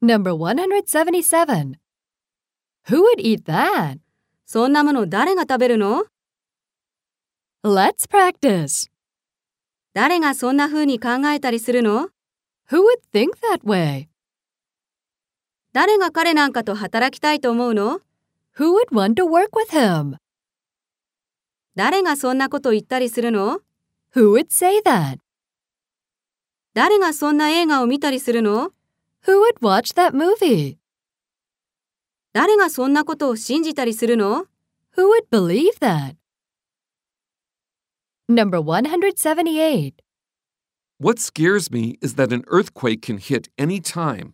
Number 177. Who would eat that? そんなもの誰が食べるの Let's practice. 誰がそんな風に考えたりするの Who would think that way? 誰が彼なんかと働きたいと思うの Who would want to work with him? 誰がそんなこと言ったりするの Who would say that? 誰がそんな映画を見たりするの Who would watch that movie? 誰がそんなことを信じたりするの Who would believe that? Number 178. What scares me is that an earthquake can hit any time.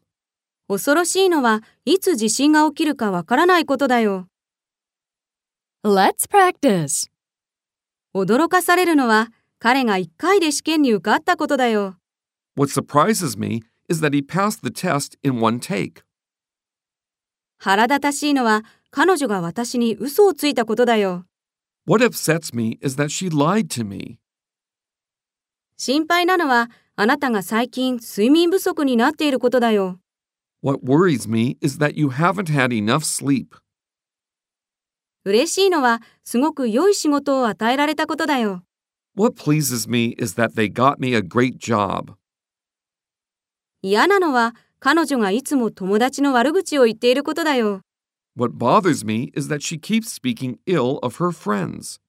恐ろしいのはいつ地震が起きるかわからないことだよ。 Let's practice. 驚かされるのは彼が1回で試験に受かったことだよ。 What surprises me is that he passed the test in one take. 腹立たしいのは彼女が私に嘘をついたことだよ。 What upsets me is that she lied to me. 心配なのはあなたが最近睡眠不足になっていることだよ。 What worries me is that you haven't had enough sleep. 嬉しいのはすごく良い仕事を与えられたことだよ。 What pleases me is that they got me a great job. 嫌なのは彼女がいつも友達の悪口を言っていることだよ。 What bothers me is that she keeps speaking ill of her friends.